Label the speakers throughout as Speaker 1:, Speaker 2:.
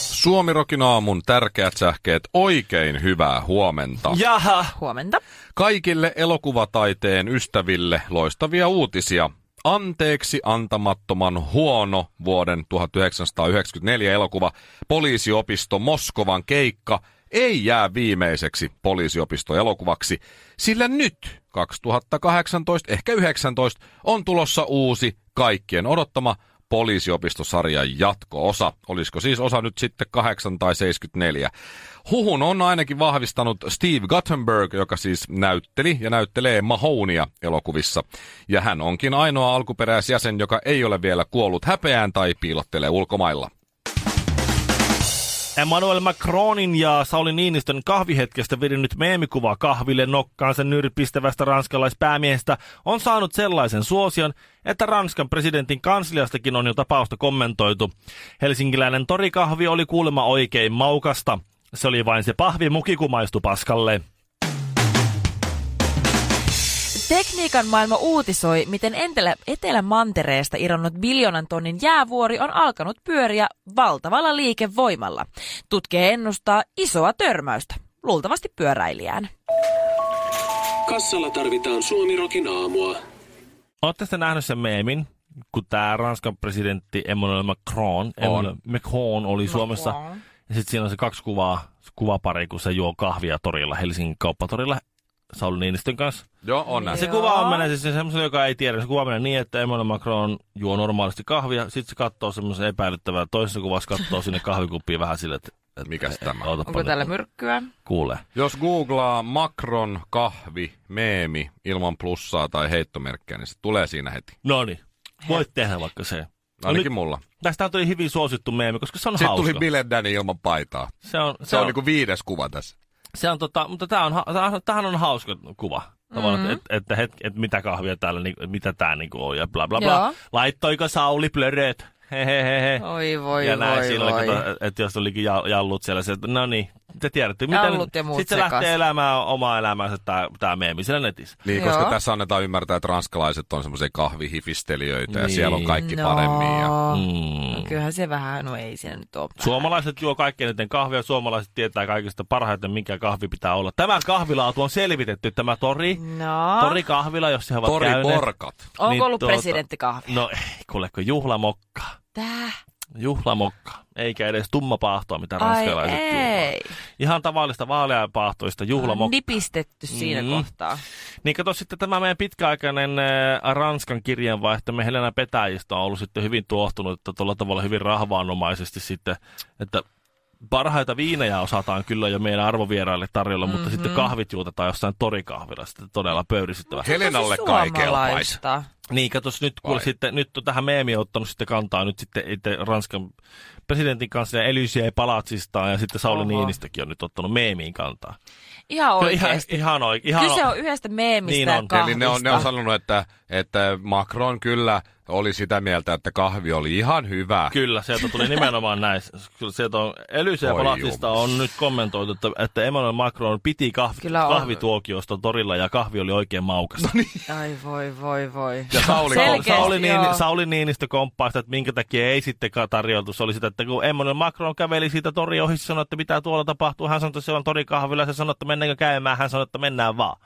Speaker 1: Suomirokin aamun tärkeät sähkeet. Oikein hyvää huomenta.
Speaker 2: Jaha.
Speaker 3: Huomenta.
Speaker 1: Kaikille elokuvataiteen ystäville loistavia uutisia. Anteeksi antamattoman huono vuoden 1994 elokuva Poliisiopisto Moskovan keikka ei jää viimeiseksi poliisiopistoelokuvaksi, sillä nyt 2018, ehkä 19, on tulossa uusi kaikkien odottama poliisiopistosarjan jatko-osa. Olisiko siis osa nyt sitten 8 tai 74? Huhun on ainakin vahvistanut Steve Guttenberg, joka siis näytteli ja näyttelee Mahonia elokuvissa. Ja hän onkin ainoa alkuperäisjäsen, joka ei ole vielä kuollut häpeään tai piilottelee ulkomailla.
Speaker 2: Emmanuel Macronin ja Sauli Niinistön kahvihetkestä virinnyt meemikuva kahville nokkaansa nyrpistävästä ranskalaispäämiehestä on saanut sellaisen suosion, että Ranskan presidentin kansliastakin on jo tapausta kommentoitu. Helsinkiläinen torikahvi oli kuulemma oikein maukasta. Se oli vain se pahvi mukikumaistu paskalle.
Speaker 3: Tekniikan maailma uutisoi, miten entelä, Etelämantereesta irronnut biljoonan tonnin jäävuori on alkanut pyöriä valtavalla liikevoimalla. Tutkija ennustaa isoa törmäystä, luultavasti pyöräilijään.
Speaker 4: Kassalla tarvitaan Suomirokin aamua.
Speaker 2: Oletteko te nähnyt sen meemin, kun tämä Ranskan presidentti Emmanuel Macron, Emmanuel Macron oli Suomessa. Ja sitten siinä on se kaksi kuvaa, se kuvapari, kun se juo kahvia torilla, Helsingin kauppatorilla, Sauli Niinistön kanssa.
Speaker 1: Joo, on näin.
Speaker 2: Ja se
Speaker 3: Joo.
Speaker 2: kuva on menee siis semmoiselle, joka ei tiedä. Se kuva menee niin, että Emmanuel Macron juo normaalisti kahvia, sitten se katsoo semmoisen epäilyttävän. Toisessa kuvassa katsoo sinne kahvikuppiin vähän sille, että... että
Speaker 1: Mikäs tämä?
Speaker 3: Onko täällä myrkkyä?
Speaker 2: Kuule.
Speaker 1: Jos googlaa Macron kahvi, meemi ilman plussaa tai heittomerkkiä, niin se tulee siinä heti.
Speaker 2: No niin, voit tehdä vaikka se. No
Speaker 1: Ainakin
Speaker 2: nyt-
Speaker 1: mulla.
Speaker 2: Tästä tuli hyvin suosittu meemi, koska se on
Speaker 1: Sitten
Speaker 2: hauska.
Speaker 1: tuli Bill Danny ilman paitaa.
Speaker 2: se on,
Speaker 1: Se on, on niinku viides kuva tässä.
Speaker 2: Se on tota, mutta tämä on, ha- tää on- tämähän on hauska kuva. Tavallaan, mm-hmm. että et, et, et, mitä kahvia täällä, niinku, mitä tää niinku on ja bla bla bla.
Speaker 3: Joo.
Speaker 2: Laittoiko Sauli plöröt? Hehehehe.
Speaker 3: Oi voi
Speaker 2: ja näin
Speaker 3: voi
Speaker 2: silloin,
Speaker 3: voi.
Speaker 2: että et jos olikin ja- jallut siellä, se, että no niin, te tiedätte. Mitä
Speaker 3: Jallut ja muut
Speaker 2: Sitten se
Speaker 3: sekas.
Speaker 2: lähtee elämään omaa elämäänsä tää, tää meemi siellä netissä.
Speaker 1: Niin,
Speaker 3: Joo.
Speaker 1: koska tässä annetaan ymmärtää, että ranskalaiset on semmoisia kahvihifistelijöitä ja
Speaker 2: Niin.
Speaker 1: siellä on kaikki
Speaker 3: No.
Speaker 1: paremmin. Ja...
Speaker 2: Mm.
Speaker 3: Kyllähän se vähän, no ei siinä nyt ole.
Speaker 2: Suomalaiset juo kaikkein eniten kahvia, suomalaiset tietää kaikista parhaiten, mikä kahvi pitää olla. Tämä kahvilaatu on selvitetty, tämä tori.
Speaker 3: No,
Speaker 2: Tori kahvila, jos he ovat
Speaker 1: Tori
Speaker 2: käyneet.
Speaker 1: porkat.
Speaker 3: onko
Speaker 2: niin
Speaker 3: ollut
Speaker 2: tuota-
Speaker 3: presidenttikahvi?
Speaker 2: No ei, kuuleko juhlamokka.
Speaker 3: Täh,
Speaker 2: Juhlamokka. Eikä edes tumma paahtoa, mitä
Speaker 3: ai
Speaker 2: ranskalaiset juhlaa.
Speaker 3: ei.
Speaker 2: Ihan tavallista vaaleanpaahtoista juhlamokka.
Speaker 3: Nipistetty siinä
Speaker 2: Mm.
Speaker 3: kohtaa.
Speaker 2: Niin kato sitten tämä meidän pitkäaikainen ää, Ranskan kirjeenvaihtamme Helena Petäjistä on ollut sitten hyvin tuohtunut, että tuolla tavalla hyvin rahvaanomaisesti sitten, että parhaita viinejä osataan kyllä jo meidän arvovieraille tarjolla, mm-hmm. mutta
Speaker 3: Mhm.
Speaker 2: sitten kahvit juutetaan jossain torikahvilla, sitten todella pöyristyttävä.
Speaker 1: Helenalle
Speaker 3: Tosi
Speaker 1: kai kelpaisi.
Speaker 3: suomalaista.
Speaker 2: Niin, katos nyt, kuule
Speaker 1: Vai?
Speaker 2: sitten, nyt on tähän meemiin ottanut sitten kantaa nyt sitten itse Ranskan presidentin kanssa ja Elysee palatsistaan ja sitten Sauli
Speaker 3: Oho.
Speaker 2: Niinistökin on nyt ottanut meemiin kantaa.
Speaker 3: Ihan
Speaker 2: Kyllä ihan,
Speaker 3: oikeesti.
Speaker 2: ihan, oik, ihan
Speaker 3: Kyse No on yhdestä meemistä
Speaker 2: Niin
Speaker 3: ja
Speaker 2: on.
Speaker 1: Eli ne on, ne on
Speaker 3: kahvista.
Speaker 1: sanonut, että, että Macron kyllä oli sitä mieltä, että kahvi oli ihan hyvä.
Speaker 2: Kyllä, sieltä tuli nimenomaan näin. Kyllä sieltä on Elyseen
Speaker 1: Voi
Speaker 2: palatsista
Speaker 1: jumas.
Speaker 2: on nyt kommentoitu, että, että Emmanuel Macron piti kahvi,
Speaker 3: Kyllä on.
Speaker 2: kahvituokiosta torilla ja kahvi oli oikein maukas. No niin.
Speaker 3: Ai voi voi voi.
Speaker 1: Ja Sauli,
Speaker 3: Selkeästi,
Speaker 2: Sauli, niin,
Speaker 3: joo.
Speaker 2: Sauli Niinistö komppaa sitä, että minkä takia ei sitten ka- tarjoltu. Se oli sitä, että kun Emmanuel Macron käveli siitä toria ohi, se sanoi, että mitä tuolla tapahtuu. Hän sanoi, että siellä on torikahvilla, se sanoi, että mennäänkö käymään. Hän sanoi, että mennään vaan.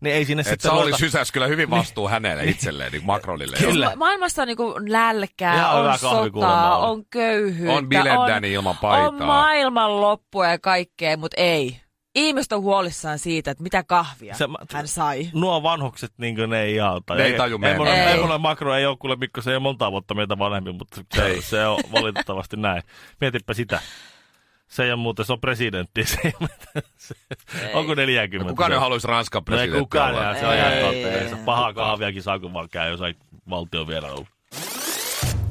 Speaker 2: Niin ei sinne
Speaker 1: että
Speaker 2: sitten
Speaker 1: Sauli
Speaker 2: ruveta-
Speaker 1: sysäsi kyllä hyvin vastuu hänelle itselleen, niin Macronille.
Speaker 2: Kyllä.
Speaker 3: Ma- Maailmassa on niinku nälkää,
Speaker 2: Ihan
Speaker 3: on
Speaker 2: hyvä kahvi kuulemma
Speaker 3: sotaa,
Speaker 2: on.
Speaker 3: on köyhyyttä,
Speaker 1: On bilendäni
Speaker 3: on-
Speaker 1: ilman paitaa.
Speaker 3: on maailman loppua ja kaikkea, mutta ei. Ihmiset on huolissaan siitä, että mitä kahvia
Speaker 2: Se-
Speaker 3: se,
Speaker 2: mä-
Speaker 3: hän sai.
Speaker 2: nuo vanhukset niin kuin, ne ei auta.
Speaker 1: Ne ei taju meidän
Speaker 2: Emmanuel,
Speaker 3: meidän.
Speaker 2: Emmanuel Macron ei ole kuule Mikko, se ei ole monta vuotta meitä vanhempi, mutta se,
Speaker 1: Ei.
Speaker 2: se on valitettavasti näin. Mietipä sitä. Se ei ole muuten, se on presidentti. Se ei, ole- se, onko 40?
Speaker 1: Kukaan
Speaker 2: se,
Speaker 1: ei haluaisi Ranskan
Speaker 2: No ei
Speaker 1: presidentti
Speaker 2: kukaan,
Speaker 1: olla.
Speaker 2: ei, se on ihan
Speaker 3: Ei,
Speaker 2: totta. Ei,
Speaker 3: ei,
Speaker 2: se
Speaker 3: ei.
Speaker 2: pahaa kahviakin saa, kun vaan käy jossain valtion vielä ollut.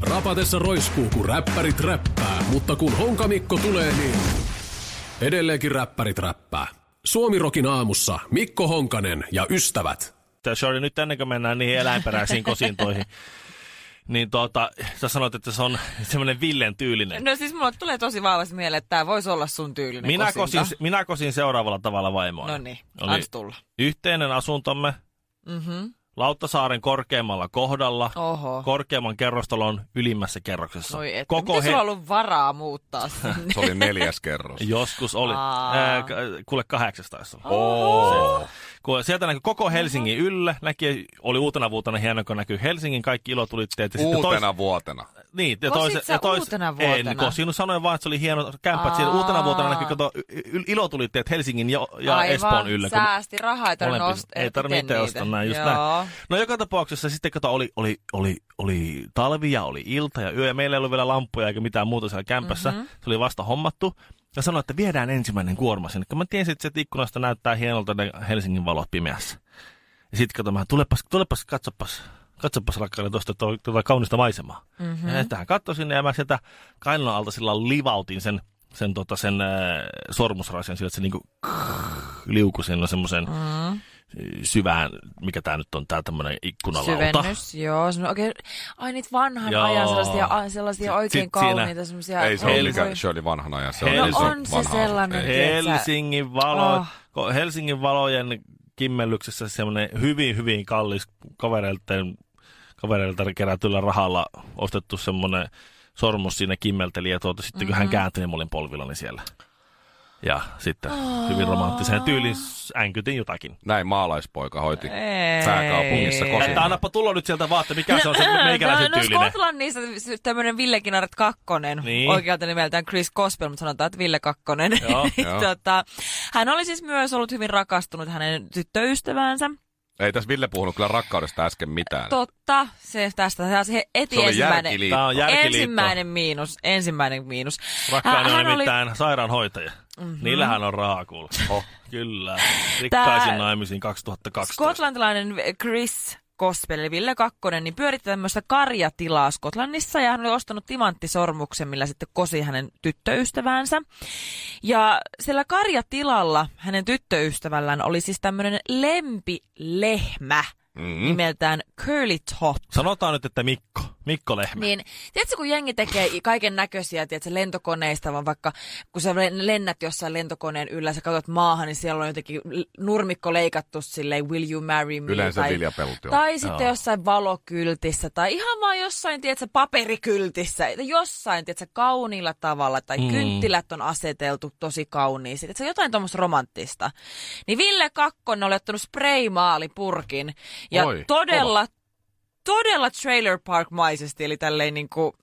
Speaker 5: Rapatessa roiskuu, kun räppärit räppää, mutta kun honkamikko tulee, niin edelleenkin räppärit räppää. Suomirokin aamussa Mikko Honkanen ja ystävät.
Speaker 2: Tää Shorty, nyt ennen kuin mennään niihin eläinperäisiin kosintoihin, niin tuota, sä sanoit, että se on semmoinen Villen tyylinen.
Speaker 3: No siis mulle tulee tosi vahvasti mieleen, että tämä voisi olla sun tyylinen
Speaker 2: Minä
Speaker 3: kosinta.
Speaker 2: kosin, minä kosin seuraavalla tavalla vaimoa.
Speaker 3: No niin, ans tulla.
Speaker 2: yhteinen asuntomme
Speaker 3: Mhm.
Speaker 2: Lauttasaaren korkeimmalla kohdalla,
Speaker 3: Oho.
Speaker 2: korkeimman kerrostalon ylimmässä kerroksessa.
Speaker 3: Noi et. Miten sulla on ollut varaa muuttaa sinne?
Speaker 1: Se oli neljäs kerros.
Speaker 2: Joskus oli.
Speaker 3: Aa.
Speaker 2: Ää, k- kuule, 18 oli.
Speaker 1: Oo.
Speaker 2: Kun sieltä näkyy koko Helsingin yllä, näki, oli uutena vuotena hieno, kun näkyy Helsingin kaikki ilotulitteet. Ja sitten tois,
Speaker 1: Uutena vuotena.
Speaker 2: niin, ja
Speaker 3: Kosit
Speaker 2: toisen,
Speaker 3: sä
Speaker 2: ja tois,
Speaker 3: uutena
Speaker 2: Ei,
Speaker 3: vuotena?
Speaker 2: niin kun sinun sanoin vaan, että se oli hieno kämppä. että Siellä
Speaker 3: Aa.
Speaker 2: uutena vuotena näkyy kato, y- y- ilotulitteet Helsingin ja, ja
Speaker 3: Aivan,
Speaker 2: Espoon yllä. kun-
Speaker 3: säästi rahaa, ei tarvinnut
Speaker 2: Molempi-
Speaker 3: ostaa.
Speaker 2: Ei tarvinnut itse ostaa näin, just
Speaker 3: Joo.
Speaker 2: näin. No joka tapauksessa sitten kato, oli, oli, oli, oli talvi ja oli ilta ja yö ja meillä ei ollut vielä lampuja eikä mitään muuta siellä kämpässä. Mm-hmm. Se oli vasta hommattu. Ja sanoin, että viedään ensimmäinen kuorma sinne. Kun mä tiesin, että sieltä ikkunasta näyttää hienolta ne Helsingin valot pimeässä. Ja sitten kato, mä tulepas, tulepas, katsopas, katsopas rakkaille tuosta tuo- tuota kaunista maisemaa. Mm-hmm. Ja tähän katsoi sinne ja mä sieltä kainalon alta sillä livautin sen, sen, tota, sen äh, sormusrasian sillä, että se niinku liukui sinne semmoisen mm. syvään, mikä tämä nyt on, tämä tämmöinen ikkunalauta.
Speaker 3: Syvennys, joo. semmonen Oikein, ai niitä vanhan
Speaker 2: Joo.
Speaker 3: ajan sellaisia, a- sellaisia
Speaker 2: Sit-
Speaker 3: oikein
Speaker 2: sit siinä-
Speaker 3: kauniita semmoisia.
Speaker 1: Ei se ole
Speaker 2: Helsingin-
Speaker 1: mikään Shirley vanhan ajan. Se
Speaker 2: No
Speaker 1: on, iso
Speaker 3: on se
Speaker 1: vanha asu. Ei.
Speaker 3: sellainen. Tiedätkö?
Speaker 2: Helsingin, valo,
Speaker 3: Oh.
Speaker 2: ko- Helsingin valojen kimmellyksessä semmoinen hyvin, hyvin kallis kavereiltaan kavereilta kerätyllä rahalla ostettu semmoinen sormus siinä kimmelteli ja tuota, sitten
Speaker 3: Mm-hmm.
Speaker 2: kun hän kääntyi, niin mä olin polvillani siellä. Ja sitten
Speaker 3: Oh.
Speaker 2: hyvin romanttiseen tyyliin änkytin jotakin.
Speaker 1: Näin maalaispoika hoiti
Speaker 3: Ei.
Speaker 1: pääkaupungissa kosin.
Speaker 2: Että annapa tulla nyt sieltä vaan, että mikä se on se
Speaker 3: no,
Speaker 2: meikäläisen
Speaker 3: no
Speaker 2: tyylinen.
Speaker 3: Skotlannissa tämmöinen Ville Kinaret kakkonen,
Speaker 2: Niin.
Speaker 3: niin. oikealta nimeltään Chris Gospel, mutta sanotaan, että Ville kakkonen.
Speaker 2: Joo,
Speaker 1: joo.
Speaker 3: tota, hän oli siis myös ollut hyvin rakastunut hänen tyttöystäväänsä.
Speaker 1: Ei tässä Ville puhunut kyllä rakkaudesta äsken mitään.
Speaker 3: Totta, se tästä se heti
Speaker 1: se oli
Speaker 3: ensimmäinen.
Speaker 1: järkiliitto.
Speaker 2: Tämä on järkiliitto.
Speaker 3: Ensimmäinen miinus, ensimmäinen miinus.
Speaker 2: Rakkainen on
Speaker 3: Hän- hän oli- Mhm.
Speaker 2: nimittäin sairaanhoitaja. Mm-hmm. Niillähän on rahaa kuulla. Oh. Kyllä. Rikkaisin
Speaker 3: Tää-
Speaker 2: naimisiin 2012.
Speaker 3: Skotlantilainen Chris Gospel, eli Ville Kakkonen, niin pyöritti tämmöistä karjatilaa Skotlannissa ja hän oli ostanut timanttisormuksen, millä sitten kosi hänen tyttöystäväänsä. Ja siellä karjatilalla hänen tyttöystävällään oli siis tämmöinen lempilehmä
Speaker 1: Mm.
Speaker 3: nimeltään Curly Tot.
Speaker 2: Sanotaan nyt, että Mikko. Mikko Lehmä.
Speaker 3: Niin, tiedätkö, kun jengi tekee kaiken näköisiä, tiedätkö, lentokoneista, vaan vaikka kun sä len- lennät jossain lentokoneen yllä, sä katsot maahan, niin siellä on jotenkin l- nurmikko leikattu silleen, will you marry me?
Speaker 1: Yleensä
Speaker 3: tai,
Speaker 1: viljapelti on.
Speaker 3: Tai sitten jossain valokyltissä, tai ihan vaan jossain, tiedätkö, paperikyltissä, että jossain, tiedätkö, kauniilla tavalla, tai mm. kynttilät on aseteltu tosi kauniisi, tiedätkö, jotain tuommoista romanttista. Niin Ville Kakkonen oli ottanut spraymaalipurkin, ja
Speaker 1: Oi,
Speaker 3: todella todella trailer park maisesti, eli tälleen niinku,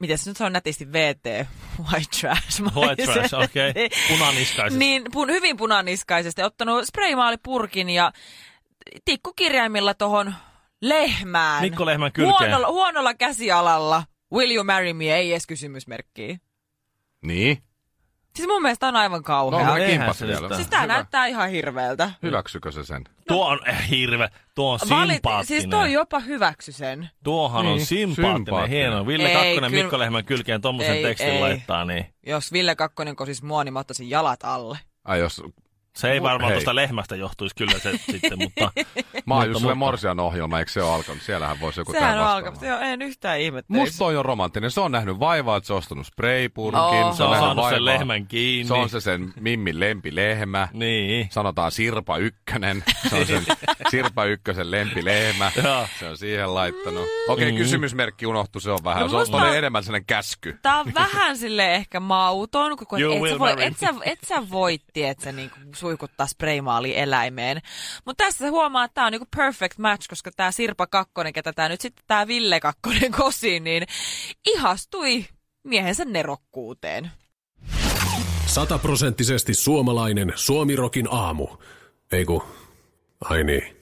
Speaker 3: miten se nyt on nätisti VT, white trash
Speaker 2: White trash, okei. Okay. Punaniskaisesti.
Speaker 3: Niin, pun, hyvin punaniskaisesti, ottanut spraymaalipurkin ja tikkukirjaimilla tohon lehmään.
Speaker 2: Mikko Lehmän kylkeen.
Speaker 3: huonolla, huonolla käsialalla. Will you marry me? Ei edes kysymysmerkkiä.
Speaker 1: Niin.
Speaker 3: Siis mun mielestä on aivan
Speaker 1: No,
Speaker 3: kauhea.
Speaker 2: Kauhea.
Speaker 1: no
Speaker 2: Eihän
Speaker 1: kimpas
Speaker 2: se
Speaker 1: vielä.
Speaker 2: sitä.
Speaker 3: siis tää
Speaker 1: Hyvä.
Speaker 3: näyttää ihan hirveältä.
Speaker 1: Hyväksykö se sen?
Speaker 2: Tuo on eh, hirve. Tuo on
Speaker 3: Valit-
Speaker 2: sympaattinen.
Speaker 3: siis toi jopa hyväksy sen.
Speaker 2: Tuohan on
Speaker 1: Niin,
Speaker 2: sympaattinen.
Speaker 1: sympaattinen.
Speaker 2: Hieno. Ville
Speaker 3: Ei,
Speaker 2: Kakkonen
Speaker 3: kyllä-
Speaker 2: Mikko Lehmän kylkeen tommosen
Speaker 3: Ei,
Speaker 2: tekstin
Speaker 3: ei.
Speaker 2: laittaa, niin
Speaker 3: Jos Ville Kakkonen kosis mua, niin mä ottaisin jalat alle.
Speaker 1: Ai jos,
Speaker 2: se ei
Speaker 1: Mu-
Speaker 2: varmaan
Speaker 1: hei.
Speaker 2: tuosta lehmästä johtuisi kyllä se sitten, mutta
Speaker 1: mä oon
Speaker 2: Mutta-
Speaker 1: Jussulle
Speaker 2: mutta-
Speaker 1: Morsian ohjelma, eikö se ole alkanut? Siellähän voisi joku
Speaker 3: Sehän
Speaker 1: tän
Speaker 3: on
Speaker 1: vastaava.
Speaker 3: alkanut. Joo, en yhtään ihmettelisi.
Speaker 1: Musta toi on romanttinen. Se on nähnyt vaivaa, että se on ostanut spraypurkin.
Speaker 3: Oo.
Speaker 2: se on
Speaker 1: nähnyt
Speaker 2: saanut sen
Speaker 1: vaivaa.
Speaker 2: lehmän kiinni.
Speaker 1: Se on se sen Mimmin lempilehmä.
Speaker 2: Niin.
Speaker 1: Sanotaan Sirpa Ykkönen. Se on sen Sirpa Ykkösen lempilehmä.
Speaker 2: Joo.
Speaker 1: se on siihen laittanut. Okei, okay, kysymysmerkki unohtu, se on vähän.
Speaker 3: Mm. No
Speaker 1: se on
Speaker 3: musta-
Speaker 1: musta... enemmän sellainen käsky.
Speaker 3: Tää on vähän sille ehkä mauton, kun kun
Speaker 2: You
Speaker 3: et,
Speaker 2: will
Speaker 3: sä voi,
Speaker 2: marry.
Speaker 3: et, sä, et sä voi tiedät, sä niinku suikuttaa spraymaali eläimeen. Mutta tässä sä huomaa, että tää on niinku perfect match, koska tää Sirpa Kakkonen, ketä tää nyt sitten tää Ville Kakkonen kosi, niin ihastui miehensä nerokkuuteen.
Speaker 5: Sataprosenttisesti suomalainen Suomirokin aamu. Ei ku, ai niin.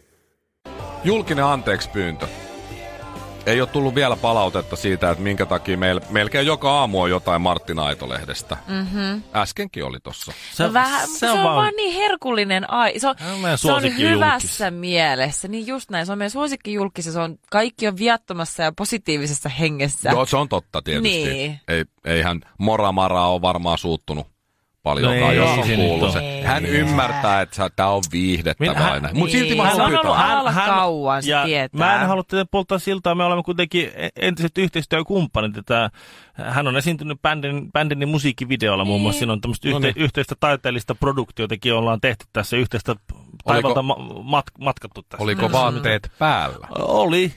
Speaker 1: Julkinen anteeksi pyyntö. Ei ole tullut vielä palautetta siitä, että minkä takia meillä, melkein joka aamu on jotain Martin Aitolehdestä. Mm-hmm. Äskenkin oli tossa.
Speaker 3: Se, no vähän, se, on, vaan... vaan niin herkullinen ai. Se on,
Speaker 2: Se on meidän
Speaker 3: se on
Speaker 2: suosikkijulkis.
Speaker 3: hyvässä mielessä. Niin just näin. Se on meidän suosikkijulkis ja se on, kaikki on viattomassa ja positiivisessa hengessä.
Speaker 1: Joo, se on totta tietysti.
Speaker 3: Niin.
Speaker 1: Ei, eihän Mora Mara ole varmaan suuttunut paljonkaan,
Speaker 3: Niin.
Speaker 2: No ei
Speaker 1: jos on
Speaker 2: se nyt
Speaker 1: kuullut
Speaker 2: ole.
Speaker 1: se. Hän ymmärtää, että tämä on viihdettä
Speaker 2: Minä- hän-
Speaker 1: vain. Mutta silti
Speaker 3: Niin,
Speaker 1: mä
Speaker 3: se on ollut
Speaker 1: hypytään.
Speaker 3: alla kauan, se
Speaker 2: ja
Speaker 3: tietää.
Speaker 2: Mä en halua tätä polttaa siltaa, me olemme kuitenkin entiset yhteistyökumppanit. ja tää- hän on esiintynyt bändin, bändin musiikkivideolla muun
Speaker 3: Niin.
Speaker 2: muassa. Siinä on tämmöistä
Speaker 1: No
Speaker 2: yhte,
Speaker 1: niin.
Speaker 2: yhteistä taiteellista produktiotakin ollaan tehty tässä, yhteistä taivalta ma- mat- matkattu tässä.
Speaker 1: Oliko vaatteet päällä?
Speaker 2: Oli.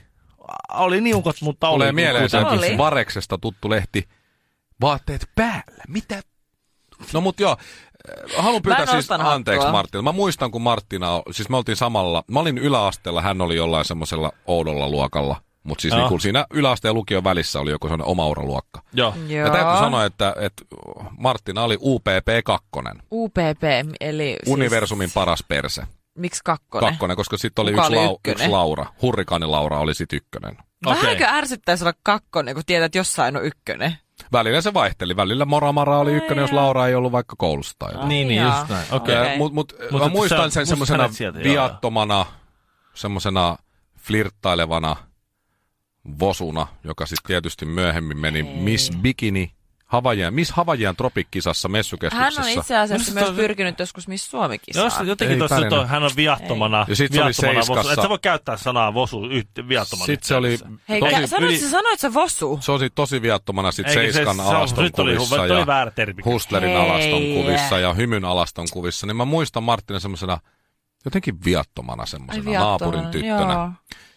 Speaker 2: Oli niukat, mutta oli.
Speaker 1: Tulee mieleen se
Speaker 2: kuitenkin.
Speaker 3: Oli.
Speaker 1: Vareksesta tuttu lehti. Vaatteet päällä. Mitä? No mut joo. äh, Haluan pyytää
Speaker 3: Mä en
Speaker 1: siis
Speaker 3: ostanut
Speaker 1: anteeksi
Speaker 3: hattua.
Speaker 1: Martina. Mä muistan, kun Martina, o- siis me oltiin samalla, mä olin yläasteella, hän oli jollain semmoisella oudolla luokalla. Mutta siis
Speaker 2: Joo.
Speaker 1: niin kun siinä yläasteen ja lukion välissä oli joku sellainen oma uraluokka.
Speaker 2: Joo.
Speaker 3: Joo.
Speaker 1: Ja täytyy sanoa, että, että Martina oli UPP2,
Speaker 3: UPP, eli siis,
Speaker 1: universumin paras perse.
Speaker 3: miksi Siis kakkonen?
Speaker 1: Kakkonen, koska sitten oli,
Speaker 3: Kuka
Speaker 1: yksi,
Speaker 3: oli
Speaker 1: lau,
Speaker 3: ykkönen?
Speaker 1: yksi Laura. Hurrikaani Laura oli sitten ykkönen.
Speaker 3: Vähänkö
Speaker 2: Okei.
Speaker 3: ärsyttäisi olla kakkonen, kun tiedät, että jossain on ykkönen?
Speaker 1: Välillä se vaihteli. Välillä Mora Mara oli ykkönen, jos Laura ei ollut vaikka koulussa tai jotain.
Speaker 2: Niin, niin,
Speaker 3: Joo.
Speaker 2: just näin. Okei.
Speaker 3: Okei.
Speaker 1: Okay. Mutta mut,
Speaker 2: Mut
Speaker 1: mä
Speaker 2: et sä-
Speaker 1: muistan sen
Speaker 2: muistat
Speaker 1: semmoisena
Speaker 2: hänet sieltä, joo, joo.
Speaker 1: viattomana, semmoisena flirttailevana vosuna, joka sitten tietysti myöhemmin meni Miss Bikini Havajan, Miss Havajan tropikkisassa
Speaker 3: Hän
Speaker 1: messukeskuksessa.
Speaker 3: on itse asiassa
Speaker 2: Minusta
Speaker 3: myös
Speaker 2: toi-
Speaker 3: pyrkinyt joskus Miss Suomi-kisaan.
Speaker 2: Jos jotenkin
Speaker 1: Ei
Speaker 2: tuossa
Speaker 1: pärjännyt.
Speaker 2: toi, hän on viattomana,
Speaker 1: Ja sit se oli
Speaker 2: viattomana vosu.
Speaker 1: seiskassa.
Speaker 2: Et sä voi käyttää sanaa vosu yht, viattomana.
Speaker 1: Sitten se oli
Speaker 3: Hei, kä-
Speaker 1: tosi,
Speaker 3: sanoit,
Speaker 1: yli,
Speaker 3: sä, sanoit sä Vosu?
Speaker 1: se oli tosi viattomana sitten
Speaker 2: Eikä se-
Speaker 1: Seiskan
Speaker 2: se on-
Speaker 1: alaston
Speaker 2: nyt oli-
Speaker 1: kuvissa
Speaker 2: toi
Speaker 1: ja
Speaker 2: väärä termi.
Speaker 1: Hustlerin
Speaker 3: Hei.
Speaker 1: alaston kuvissa ja Hymyn alaston kuvissa, niin mä muistan Marttina semmoisena jotenkin viattomana semmoisena naapurin tyttönä,
Speaker 3: Joo.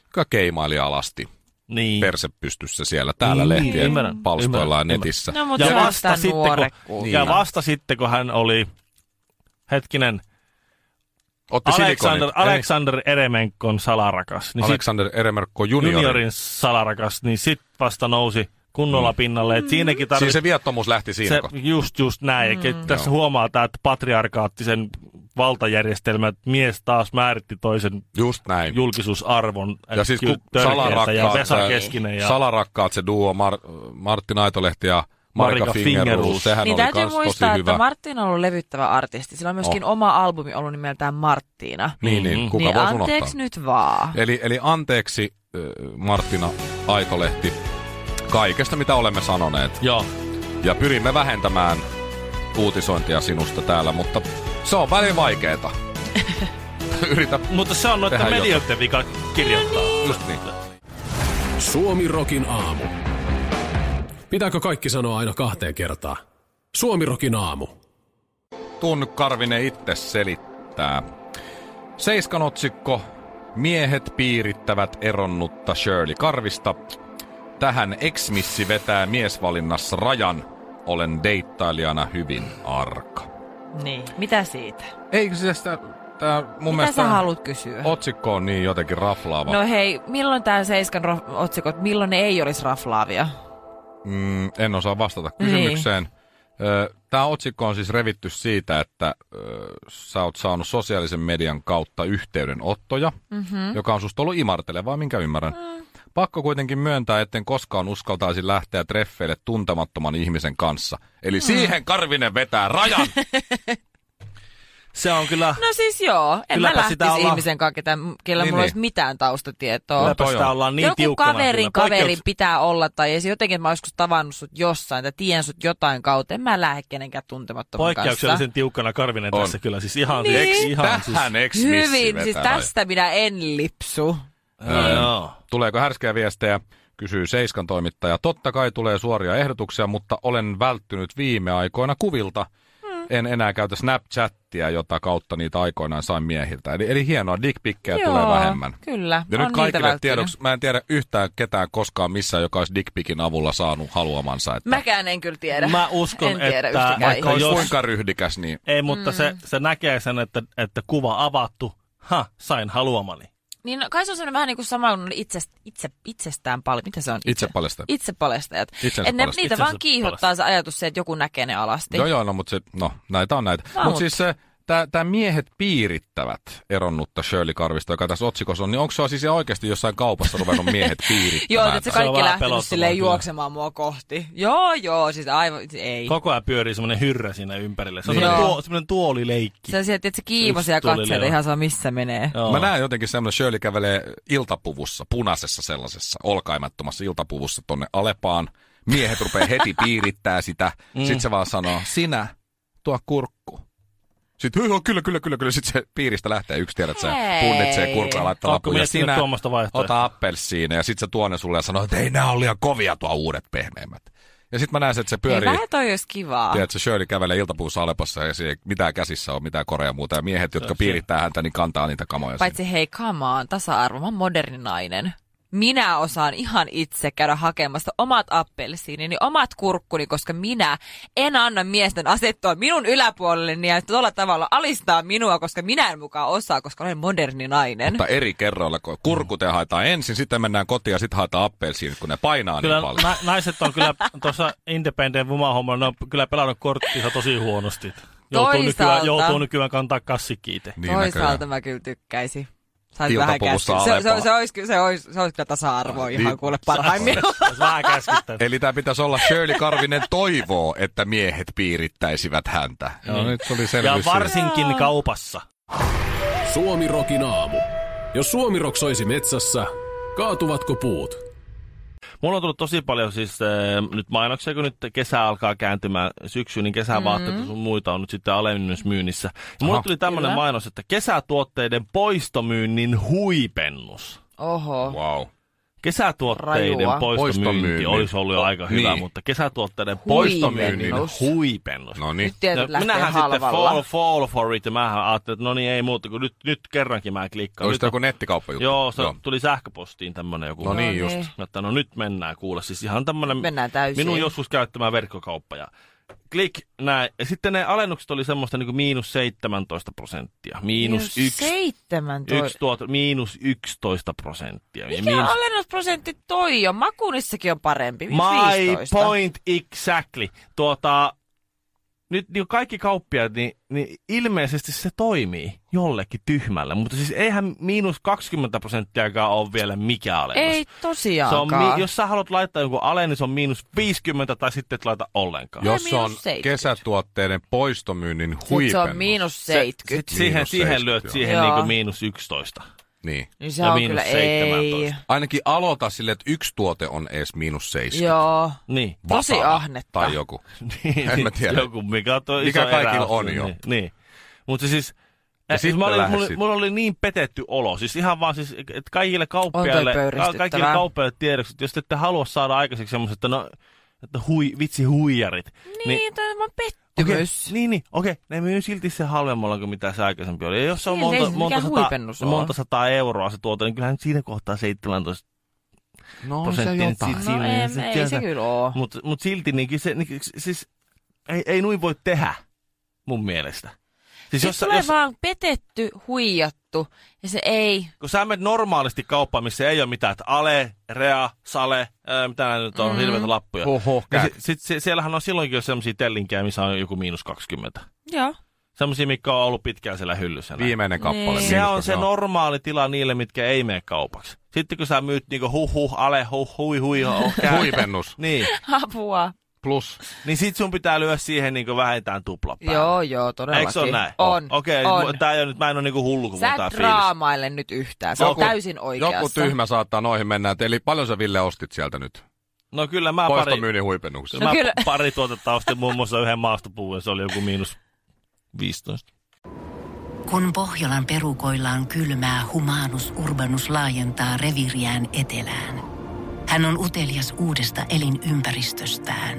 Speaker 1: joka keimaili alasti.
Speaker 2: niin.
Speaker 1: perse pystyssä siellä täällä
Speaker 2: Niin,
Speaker 1: lehtien
Speaker 2: ymmärrän,
Speaker 1: palstoilla ja
Speaker 2: ymmärrän,
Speaker 1: netissä.
Speaker 3: No, mutta
Speaker 2: ja,
Speaker 3: se
Speaker 2: vasta
Speaker 3: on sitä
Speaker 2: sitten, kun,
Speaker 3: nuorekkuutta.
Speaker 1: Niin,
Speaker 2: ja vasta sitten, kun hän oli, hetkinen, No.
Speaker 1: Otti
Speaker 2: Alexander,
Speaker 1: silikonit.
Speaker 2: Alexander Eremenkon salarakas,
Speaker 1: Ei,
Speaker 2: niin sit
Speaker 1: Alexander Eremerkko juniorin.
Speaker 2: juniorin salarakas, niin sitten vasta nousi kunnolla pinnalle. Et siinäkin
Speaker 1: Mm. Siis
Speaker 2: tarvitsi
Speaker 1: se viattomuus lähti siinä.
Speaker 2: se,
Speaker 1: kohtaa.
Speaker 2: just, just näin. Mm. Tässä huomaa tämä, että patriarkaattisen valtajärjestelmä, että mies taas määritti toisen
Speaker 1: Just näin.
Speaker 2: julkisuusarvon.
Speaker 1: ja siis kun
Speaker 2: salarakkaat. Ja
Speaker 1: salarakkaat,
Speaker 2: Vesa
Speaker 1: se-
Speaker 2: Keskinen ja...
Speaker 1: salarakkaat se duo, Mar- Martti Aitolehti ja Marika,
Speaker 2: Marika
Speaker 1: Fingerus,
Speaker 2: Fingerus.
Speaker 1: sehän
Speaker 3: Niin
Speaker 1: oli
Speaker 3: täytyy
Speaker 1: kans
Speaker 3: muistaa,
Speaker 1: tosi hyvä.
Speaker 3: että
Speaker 1: Oh.
Speaker 3: Martin on ollut levyttävä artisti. Sillä on myöskin oma albumi ollut nimeltään Marttiina.
Speaker 1: niin, niin,
Speaker 2: Mm.
Speaker 1: kuka
Speaker 3: niin
Speaker 1: voisi
Speaker 3: anteeksi
Speaker 1: unohtaa.
Speaker 3: nyt vaan.
Speaker 1: Eli, eli anteeksi äh, Martina Aitolehti kaikesta, mitä olemme sanoneet.
Speaker 2: Joo.
Speaker 1: Ja pyrimme vähentämään uutisointia sinusta täällä, mutta se on välin vaikeeta. Yritä
Speaker 2: Mutta se on noita
Speaker 1: Tehdään
Speaker 2: medioiden vika kirjoittaa.
Speaker 3: No
Speaker 1: just niin.
Speaker 5: Suomi Rokin aamu. Pitääkö kaikki sanoa aina kahteen kertaan? Suomi Rokin aamu.
Speaker 1: Tun Karvinen itse selittää. Seiskan otsikko. Miehet piirittävät eronnutta Shirley Karvista. Tähän eksmissi vetää miesvalinnassa rajan. Olen deittailijana hyvin arka.
Speaker 3: Niin, mitä siitä?
Speaker 1: Eikö se sitä... Tää, mun
Speaker 3: Mitä
Speaker 1: mielestä
Speaker 3: sä
Speaker 1: tää
Speaker 3: haluat kysyä?
Speaker 1: Otsikko on niin jotenkin raflaava.
Speaker 3: No hei, milloin tää Seiskan ro- otsikot, milloin ne ei olisi raflaavia?
Speaker 1: Mm, en osaa vastata
Speaker 3: Niin.
Speaker 1: kysymykseen. Tämä otsikko on siis revitty siitä, että ö, sä oot saanut sosiaalisen median kautta yhteydenottoja,
Speaker 3: Mhm.
Speaker 1: mm-hmm. joka on susta ollut imartelevaa, minkä ymmärrän. Mm. Pakko kuitenkin myöntää, etten koskaan uskaltaisi lähteä treffeille tuntemattoman ihmisen kanssa. Eli mm. siihen Karvinen vetää rajan!
Speaker 3: Niin.
Speaker 2: Se on kyllä...
Speaker 3: No siis joo, en
Speaker 2: Kylläpä
Speaker 3: mä
Speaker 2: sitä
Speaker 3: lähtisi
Speaker 2: ollaan-
Speaker 3: ihmisen kanssa, ketä, kellä
Speaker 1: Niin,
Speaker 3: niin, mulla
Speaker 1: niin.
Speaker 3: olisi mitään taustatietoa.
Speaker 2: Kylläpä
Speaker 1: toi
Speaker 2: sitä
Speaker 1: on.
Speaker 2: ollaan niin
Speaker 3: Joku
Speaker 2: tiukkana.
Speaker 3: kaverin
Speaker 2: kyllä.
Speaker 3: kaverin
Speaker 2: Poikkeuks-
Speaker 3: pitää olla, tai ei se jotenkin, että mä joskus tavannut sut jossain, tai tien sut jotain kautta, en mä lähde kenenkään tuntemattoman kanssa.
Speaker 2: Poikkeuksellisen tiukkana Karvinen
Speaker 1: On.
Speaker 2: tässä kyllä. Siis ihan,
Speaker 3: Niin.
Speaker 2: siis, ihan siis,
Speaker 1: Tähän siis,
Speaker 3: Hyvin, siis tästä minä en lipsu.
Speaker 1: No
Speaker 2: Joo, joo.
Speaker 1: Tuleeko härskejä viestejä? Kysyy Seiskan toimittaja. Totta kai tulee suoria ehdotuksia, mutta olen välttynyt viime aikoina kuvilta.
Speaker 3: Hmm.
Speaker 1: En enää käytä Snapchattia, jota kautta niitä aikoinaan sain miehiltä. Eli, eli hienoa, dickpikkejä tulee vähemmän.
Speaker 3: Kyllä,
Speaker 1: Ja
Speaker 3: on
Speaker 1: nyt kaikille
Speaker 3: niitä
Speaker 1: tiedoksi, mä en tiedä yhtään ketään koskaan missään, joka olisi dickpikin avulla saanut haluamansa. Että
Speaker 3: Mäkään en kyllä tiedä.
Speaker 2: Mä uskon,
Speaker 3: en
Speaker 2: että
Speaker 3: tiedä yhtäkään
Speaker 2: vaikka
Speaker 3: ihmistä.
Speaker 1: olisi
Speaker 2: jos-
Speaker 1: kuinka ryhdikäs, niin
Speaker 2: Ei, mutta mm. se, se näkee sen, että, että kuva avattu. Ha, sain haluamani.
Speaker 3: Niin no, kai se on semmoinen vähän niin kuin sama kuin itse, itse, itsestään paljon. Mitä se on?
Speaker 1: Itse paljastajat.
Speaker 3: Itse paljastajat.
Speaker 1: Itsensä
Speaker 3: Et ne,
Speaker 1: paljastajat.
Speaker 3: niitä
Speaker 2: Itsensä
Speaker 3: vaan kiihottaa se ajatus se, että joku näkee ne alasti.
Speaker 1: Joo, joo, no, mutta se, no, näitä on näitä.
Speaker 3: No,
Speaker 1: Mutta
Speaker 3: mut.
Speaker 1: siis se tämä miehet piirittävät eronnutta Shirley Karvista, joka tässä otsikossa on, niin onko se siis ihan oikeasti jossain kaupassa ruvennut miehet
Speaker 3: Joo,
Speaker 1: piirittämään?
Speaker 3: että se
Speaker 2: Se on
Speaker 3: kaikki
Speaker 2: vähän
Speaker 3: lähtenyt
Speaker 2: pelottavaa
Speaker 3: silleen
Speaker 2: kyllä.
Speaker 3: juoksemaan mua kohti. Joo, joo, siis aivan, ei.
Speaker 2: Koko ajan pyörii semmoinen hyrrä siinä ympärille. Se on
Speaker 3: Niin.
Speaker 2: semmoinen,
Speaker 3: Joo.
Speaker 2: tuo, semmoinen tuolileikki.
Speaker 3: Se on sieltä, että se kiivosia
Speaker 2: Yksi tuli
Speaker 3: katseita
Speaker 2: leo.
Speaker 3: ihan saa missä menee.
Speaker 2: Joo.
Speaker 1: Mä näen jotenkin semmoinen, Shirley kävelee iltapuvussa, punaisessa sellaisessa, olkaimattomassa iltapuvussa tonne Alepaan. Miehet rupeaa heti piirittää sitä. Mm. Sitten se vaan sanoo, sinä, tuo kurkku. Sitten joo, kyllä, kyllä, kyllä, kyllä. Sitten se piiristä lähtee yksi, tiedät sä,
Speaker 3: Hei.
Speaker 1: punnitsee kurkku ja laittaa
Speaker 2: Ootko
Speaker 1: lapun. Ja
Speaker 2: miettinyt
Speaker 1: sinä
Speaker 2: tuommoista vaihtoehtoa?
Speaker 1: ota appelsiina ja sitten se tuo ne sulle ja sanoo, että ei nämä ole liian kovia tuo uudet pehmeämmät. Ja sitten mä näen, että se
Speaker 3: Ei
Speaker 1: pyörii.
Speaker 3: vähän toi olisi kivaa.
Speaker 1: Tiedätkö, Shirley kävelee iltapuussa Alepassa ja se ei mitään käsissä on, mitään korea ja muuta. Ja miehet, jotka piirittää häntä, niin kantaa niitä kamoja. sinne.
Speaker 3: Paitsi hei, come on, tasa-arvo, mä oon moderni nainen. Minä osaan ihan itse käydä hakemasta omat appelsiinini, omat kurkkuni, koska minä en anna miesten asettua minun yläpuolelleni ja tuolla tavalla alistaa minua, koska minä en mukaan osaa, koska olen moderni nainen.
Speaker 1: Mutta eri kerroilla, kun kurkuteen haetaan ensin, sitten mennään kotiin ja sitten haetaan appelsiinit, kun ne painaa
Speaker 2: Kyllä
Speaker 1: niin paljon.
Speaker 2: na- naiset on kyllä tuossa Independent Woman hommalla, ne on kyllä pelannut korttinsa tosi huonosti. Joutuu
Speaker 3: Toisaalta.
Speaker 2: nykyään, joutuu nykyään kantaa kassikiite.
Speaker 1: Niin
Speaker 3: Toisaaltä
Speaker 1: näköjään.
Speaker 3: mä kyllä tykkäisin. Saisin vähän
Speaker 1: Iltapuvussa
Speaker 3: käskyä. Se, se,
Speaker 1: Alepaa.
Speaker 3: se, olisi, ky- se, olisi, se olisi kyllä tasa-arvoa ihan
Speaker 1: Niin.
Speaker 3: kuule parhaimmillaan.
Speaker 2: Olisi vähän käskittänyt.
Speaker 1: Eli tämä pitäisi olla Shirley Karvinen toivoo, että miehet piirittäisivät häntä. Joo, nyt tuli
Speaker 2: Ja
Speaker 1: selvyys. siitä.
Speaker 2: varsinkin kaupassa.
Speaker 5: Suomi Rokin aamu. Jos Suomi Rock soisi metsässä, kaatuvatko puut?
Speaker 2: Mulla on tullut tosi paljon siis äh, nyt mainoksia, kun nyt kesä alkaa kääntymään syksyyn, niin
Speaker 3: Mm-hmm.
Speaker 2: kesävaatteet mm sun muita on nyt sitten alennusmyynnissä. Ja mulla
Speaker 1: Aha.
Speaker 2: tuli tämmöinen
Speaker 3: Kyllä.
Speaker 2: mainos, että kesätuotteiden poistomyynnin huipennus.
Speaker 3: Oho.
Speaker 1: Wow.
Speaker 2: Kesätuotteiden
Speaker 3: Rajua.
Speaker 2: poistomyynti
Speaker 1: Poistomyynnin.
Speaker 2: olisi ollut jo aika hyvä,
Speaker 1: Niin.
Speaker 2: mutta kesätuotteiden
Speaker 3: Huipennus.
Speaker 2: poistomyynnin huipennus.
Speaker 1: No
Speaker 3: Nyt
Speaker 1: niin.
Speaker 3: tietyt
Speaker 2: No,
Speaker 3: lähtee
Speaker 2: minähän sitten
Speaker 3: halvalla.
Speaker 2: fall, fall for it ja mä ajattelin, että no niin ei muuta kuin nyt, nyt kerrankin mä klikkaan.
Speaker 1: Olisi
Speaker 2: Nyt-
Speaker 1: tämä joku nettikauppajuttu.
Speaker 2: Joo, se tuli sähköpostiin tämmönen joku.
Speaker 1: No niin
Speaker 3: No
Speaker 1: just.
Speaker 3: niin.
Speaker 2: Mä että no nyt mennään kuule. Siis ihan tämmönen
Speaker 3: Mennään täysin.
Speaker 2: minun joskus käyttämä verkkokauppa. Ja klik, näin. Ja sitten ne alennukset oli semmoista niin kuin miinus 17 prosenttia. Miinus yksi.
Speaker 3: 17.
Speaker 2: Yksi tuot, miinus 11 prosenttia. Ja
Speaker 3: Mikä
Speaker 2: miinus...
Speaker 3: alennusprosentti toi on? Makuunissakin on parempi.
Speaker 2: My
Speaker 3: 15.
Speaker 2: point exactly. Tuota, nyt niin kaikki kauppiaat, niin, niin ilmeisesti se toimii jollekin tyhmälle. Mutta siis eihän miinus 20 prosenttiakaan ole vielä mikä alennus.
Speaker 3: Ei
Speaker 2: Se on,
Speaker 3: tosiaankaan.
Speaker 2: mi- jos sä haluat laittaa jonkun alle, niin se on miinus 50 tai sitten et laita ollenkaan.
Speaker 1: Jos
Speaker 3: Ai,
Speaker 1: on
Speaker 3: miinus 70.
Speaker 1: kesätuotteiden poistomyynnin
Speaker 3: Sit
Speaker 1: huipennus.
Speaker 3: se on miinus
Speaker 2: Se-
Speaker 3: 70.
Speaker 2: sit siihen,
Speaker 1: Miinus
Speaker 2: siihen
Speaker 1: 70,
Speaker 2: lyöt
Speaker 1: joo.
Speaker 2: siihen
Speaker 3: Joo.
Speaker 2: niin kuin miinus 11.
Speaker 1: Niin.
Speaker 3: niin se
Speaker 2: ja
Speaker 3: on
Speaker 2: no miinus
Speaker 3: kyllä ei.
Speaker 2: 17.
Speaker 1: Ainakin aloita sille, että yksi tuote on edes miinus 70.
Speaker 3: Joo.
Speaker 2: Niin.
Speaker 3: Tosi
Speaker 1: Vasara
Speaker 3: ahnetta.
Speaker 1: Tai joku.
Speaker 2: Niin,
Speaker 1: En mä tiedä.
Speaker 2: Joku, mikä on tuo
Speaker 1: Mikä
Speaker 2: iso
Speaker 1: kaikilla
Speaker 2: eräos,
Speaker 1: on
Speaker 2: niin,
Speaker 1: jo.
Speaker 2: Niin. niin. Mutta siis,
Speaker 1: Ja
Speaker 2: eh, siis
Speaker 1: sitten
Speaker 2: mä olin,
Speaker 1: lähes
Speaker 2: mulla,
Speaker 1: sit.
Speaker 2: mulla oli niin petetty olo. Siis ihan vaan siis, että kaikille
Speaker 3: On
Speaker 2: kauppiaille,
Speaker 3: toi pöyristyttävää.
Speaker 2: kaikille kauppiaille tiedoksi, että jos te ette halua saada aikaiseksi semmoiset, että no, että hui, vitsi huijarit.
Speaker 3: Niin, tämä on
Speaker 2: Okei,
Speaker 3: pettymys.
Speaker 2: niin, niin, okei. Ne myy silti se halvemmalla kuin mitä se aikaisempi oli. Ja jos se on
Speaker 3: Niin, ei
Speaker 2: monta,
Speaker 3: se
Speaker 2: monta,
Speaker 3: mikään
Speaker 2: sata,
Speaker 3: huipennus ole.
Speaker 2: monta sataa euroa se tuote, niin kyllähän siinä kohtaa 17
Speaker 1: No
Speaker 2: prosenttia.
Speaker 3: No
Speaker 2: niin
Speaker 3: em, ei se kyllä oo.
Speaker 2: Mutta mut silti niin, kyllä se, niin, kyllä se- siis, ei, ei nuin voi tehdä mun mielestä. Siis
Speaker 3: Siis
Speaker 2: jos, sä-
Speaker 3: tulee
Speaker 2: jos,
Speaker 3: vaan petetty, huijattu ja se ei.
Speaker 2: kun sä menet normaalisti kauppaan, missä ei ole mitään, että ale, rea, sale, ää, mitä näitä nyt on,
Speaker 3: Mm.
Speaker 2: mm-hmm. hirveitä lappuja.
Speaker 1: Oho,
Speaker 2: Ja
Speaker 1: käy.
Speaker 2: sit, sit, se, siellähän on silloinkin jo sellaisia tellinkejä, missä on joku miinus 20.
Speaker 3: Joo.
Speaker 2: Sellaisia, mitkä on ollut pitkään siellä hyllyssä. näin.
Speaker 1: Viimeinen kappale.
Speaker 3: Niin.
Speaker 2: Se
Speaker 1: miinus
Speaker 2: on se
Speaker 1: 20.
Speaker 2: normaali tila niille, mitkä ei mene kaupaksi. Sitten kun sä myyt niinku huh huh, ale huh, hui hui, ho, käy.
Speaker 1: Huipennus
Speaker 2: niin,
Speaker 3: Apua.
Speaker 1: plus
Speaker 2: niin sit sun pitää lyödä siihen niinku vähintään tupla päälle.
Speaker 3: Joo, joo, todellakin.
Speaker 2: Eikö se ole näin?
Speaker 3: On.
Speaker 2: Okei, niin
Speaker 3: on.
Speaker 2: mu- tää ei ole nyt, mä en ole niinku hullu, kun mulla
Speaker 3: Sä
Speaker 2: on tää
Speaker 3: et
Speaker 2: fiilis.
Speaker 3: draamaile nyt yhtään. Se on
Speaker 1: Joku-
Speaker 3: täysin oikeassa.
Speaker 1: Joku tyhmä saattaa noihin mennä. Et Eli paljon sä Ville ostit sieltä nyt?
Speaker 2: No kyllä mä pari,
Speaker 1: Poistomyynnin huipennuksen.
Speaker 2: mä
Speaker 3: No kyllä.
Speaker 2: pa- pari tuotetta ostin muun muassa yhden maastopuun ja se oli joku miinus 15.
Speaker 6: Kun Pohjolan perukoilla on kylmää, humanus urbanus laajentaa reviriään etelään. Hän on utelias uudesta elinympäristöstään.